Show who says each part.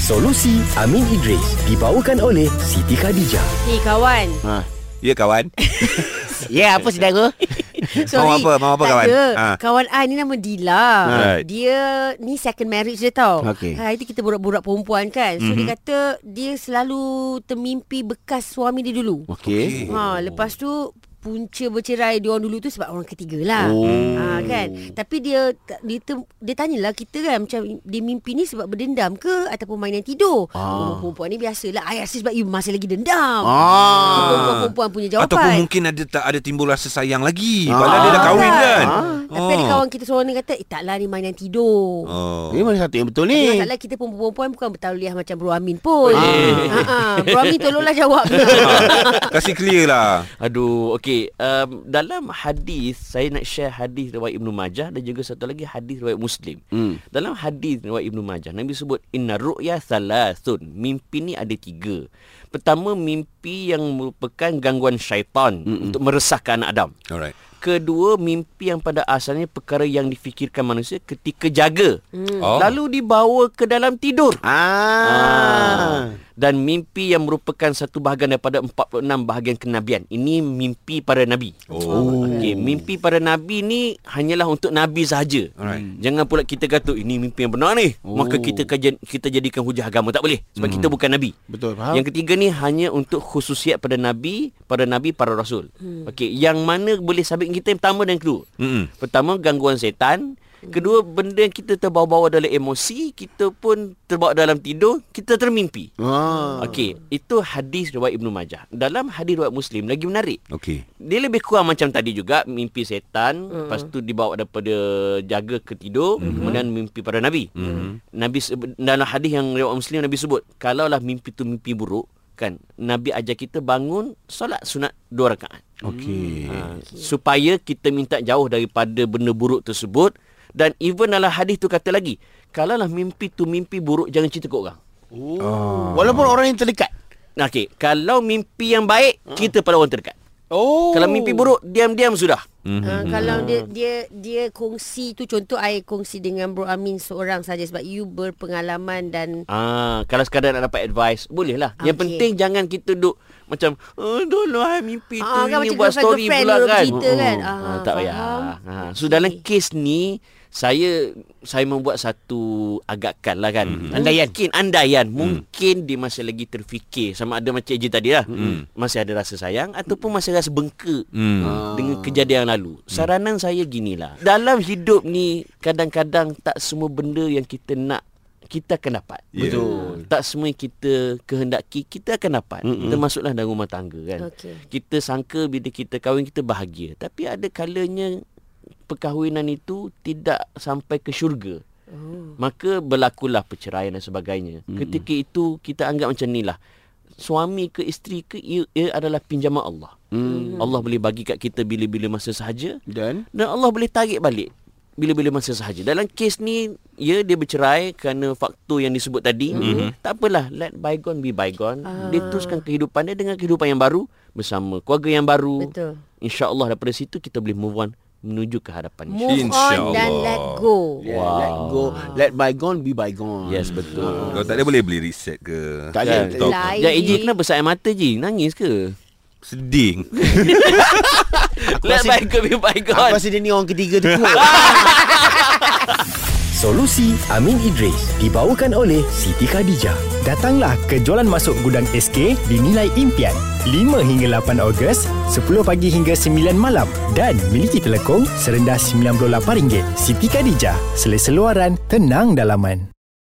Speaker 1: Solusi Amin Idris dibawakan oleh Siti Khadijah.
Speaker 2: Ni kawan
Speaker 3: Ha.
Speaker 4: Ya kawan
Speaker 3: Ya, apa saudara?
Speaker 2: Sorry
Speaker 4: Mau apa? Mau apa,
Speaker 2: Tak
Speaker 4: kawan?
Speaker 2: ada.
Speaker 4: Ha.
Speaker 2: Kawan I ni nama Dila
Speaker 4: Alright.
Speaker 2: Dia ni second marriage dia tau
Speaker 3: Okey.
Speaker 2: Hari tu kita borak-borak perempuan kan So mm-hmm. dia
Speaker 4: Mhm.
Speaker 2: kata Dia selalu termimpi bekas suami dia dulu
Speaker 4: Oh,
Speaker 3: Okey.
Speaker 2: Ha, lepas tu punca bercerai dia orang dulu tu sebab orang ketiga lah.
Speaker 3: Oh.
Speaker 2: Ha, kan. Tapi dia dia, ter, dia tanyalah kita kan macam dia mimpi ni sebab berdendam ke ataupun mainan tidur. Ah. Oh, perempuan ni biasalah. I rasa sebab you masih lagi dendam.
Speaker 4: Ah.
Speaker 3: Ah.
Speaker 2: So, Perempuan-perempuan punya jawapan.
Speaker 4: Ataupun mungkin ada tak ada timbul rasa sayang lagi
Speaker 3: Ah.
Speaker 4: Padahal dia dah kahwin kan
Speaker 2: Ah. Tapi ada kawan kita seorang ni kata, eh taklah ni mainan tidur. Oh.
Speaker 4: Oh.
Speaker 3: Ini mana satu yang betul ni?
Speaker 5: Eh.
Speaker 2: Masalah kita perempuan-perempuan bukan bertauliah macam Bro Amin pun. Ah.
Speaker 4: Eh.
Speaker 2: Ha, ha. Bro Amin tolonglah jawab.
Speaker 4: Kasih clear lah
Speaker 5: Aduh, okey. Um, dalam hadis, saya nak share hadis riwayat Ibnu Majah dan juga satu lagi hadis riwayat Muslim.
Speaker 3: Hmm.
Speaker 5: Dalam hadis riwayat Ibnu Majah, Nabi sebut inna ru'ya salasun. Mimpi ni ada tiga. Pertama, mimpi yang merupakan gangguan syaitan Mm-mm. untuk meresahkan anak Adam.
Speaker 4: Alright
Speaker 5: Kedua, mimpi yang pada asalnya perkara yang difikirkan manusia ketika jaga. Mm.
Speaker 4: Oh.
Speaker 5: Lalu dibawa ke dalam tidur.
Speaker 3: Ah.
Speaker 5: Dan mimpi yang merupakan satu bahagian daripada 46 bahagian kenabian. Ini mimpi para nabi.
Speaker 4: Oh.
Speaker 5: Okey, mimpi para nabi ni hanyalah untuk nabi sahaja. Hmm.
Speaker 4: Alright.
Speaker 5: Jangan pula kita kata ini mimpi yang benar ni. Oh. Maka
Speaker 3: Oh.
Speaker 5: kita kajian, kita jadikan hujah agama tak boleh
Speaker 4: Hmm.
Speaker 5: sebab kita bukan nabi.
Speaker 3: Betul, faham.
Speaker 5: Yang ketiga ni hanya untuk khususiat pada nabi, para nabi, para rasul.
Speaker 3: Hmm.
Speaker 5: Okey, yang mana boleh sabit kita yang pertama dan kedua.
Speaker 4: Mm-mm.
Speaker 5: Pertama gangguan setan
Speaker 3: Hmm.
Speaker 5: Kedua benda yang kita terbawa-bawa dalam emosi Kita pun terbawa dalam tidur Kita termimpi
Speaker 3: Ah.
Speaker 5: Okey, itu hadis riwayat Ibnu Majah. Dalam hadis riwayat Muslim lagi menarik.
Speaker 4: Okey
Speaker 5: Dia lebih kurang macam tadi juga mimpi setan, mm. lepas tu dibawa daripada jaga ke tidur, mm-hmm. kemudian mimpi pada nabi. Mm-hmm. Nabi se- dalam hadis yang riwayat Muslim Nabi sebut, kalaulah mimpi tu mimpi buruk, kan Nabi ajar kita bangun solat sunat dua rakaat.
Speaker 3: Okey.
Speaker 5: Ha, supaya kita minta jauh daripada benda buruk tersebut dan even dalam hadis tu kata lagi, kalaulah mimpi tu mimpi buruk jangan cerita ke orang.
Speaker 3: Oh. Walaupun orang yang terdekat.
Speaker 5: Okey, kalau mimpi yang baik kita pada orang terdekat.
Speaker 3: Oh.
Speaker 5: Kalau mimpi buruk diam-diam sudah.
Speaker 4: Ah, mhm.
Speaker 2: Ha, kalau dia dia dia kongsi tu contoh I kongsi dengan Bro Amin seorang saja sebab you berpengalaman dan
Speaker 5: Ah, kalau sekadar nak dapat advice, bolehlah. Yang
Speaker 2: Okey.
Speaker 5: penting jangan kita duduk macam oh, dulu I mimpi
Speaker 2: Ah,
Speaker 5: tu
Speaker 2: kan
Speaker 5: ini
Speaker 2: macam
Speaker 5: buat
Speaker 2: girlfriend-
Speaker 5: story
Speaker 2: girlfriend
Speaker 5: pula
Speaker 2: dulu
Speaker 5: kan.
Speaker 2: bercerita kan?
Speaker 5: Ah,
Speaker 2: Ah,
Speaker 5: tak payah.
Speaker 2: faham.
Speaker 5: Ha, so dalam
Speaker 2: Okey.
Speaker 5: kes ni saya saya membuat satu agakan lah kan.
Speaker 4: Mhm.
Speaker 5: Mm-hmm. Andaian. Mungkin andaian.
Speaker 4: Hmm.
Speaker 5: Mungkin dia masih lagi terfikir. Sama ada macam Eji tadi lah. Mm-hmm. Masih ada rasa sayang ataupun masih rasa bengkak
Speaker 4: Hmm.
Speaker 5: Ah. dengan kejadian yang lalu. Saranan saya ginilah. Dalam hidup ni kadang-kadang tak semua benda yang kita nak kita akan dapat.
Speaker 4: Yeah.
Speaker 5: Betul. Tak semua yang kita kehendaki kita akan dapat.
Speaker 4: Hmm.
Speaker 5: Mm-mm. Termasuklah dalam rumah tangga kan.
Speaker 2: Okey.
Speaker 5: Kita sangka bila kita kahwin kita bahagia, tapi ada kalanya perkahwinan itu tidak sampai ke syurga. Oh. Maka berlakulah perceraian dan sebagainya. Mm-mm. Ketika itu kita anggap macam inilah. Suami ke isteri ke ia, ia adalah pinjaman Allah. Mm. Allah boleh bagi kat kita bila-bila masa sahaja
Speaker 3: Dan
Speaker 5: dan Allah boleh tarik balik bila-bila masa sahaja. Dalam kes ni ya dia bercerai kerana faktor yang disebut tadi. Mm-hmm. Tak apalah, let bygone be bygone. Ah. Dia teruskan kehidupan dia dengan kehidupan yang baru bersama keluarga yang baru.
Speaker 2: Betul.
Speaker 5: Insya-Allah daripada situ kita boleh move on menuju ke hadapan.
Speaker 2: move on
Speaker 4: Insya-Allah.
Speaker 2: dan let go.
Speaker 3: yeah, let go, let bygone be bygone.
Speaker 5: Yes, betul.
Speaker 4: Kalau tak ada boleh beli reset ke
Speaker 3: Tak ada.
Speaker 4: Talk.
Speaker 2: Lain.
Speaker 5: Ya, Eji, kenapa besar air mata, Ji? Nangis ke?
Speaker 4: Sedih
Speaker 5: Let bygone be bygone.
Speaker 3: Aku rasa dia ni orang ketiga tu kuat.
Speaker 1: Solusi Amin Idris dibawakan oleh Siti Khadijah.
Speaker 6: Datanglah ke jualan masuk gudang SK dinilai impian 5 hingga 8 Ogos 10 pagi hingga 9 malam dan miliki telekong serendah RM98 Siti Khadijah selesa luaran tenang dalaman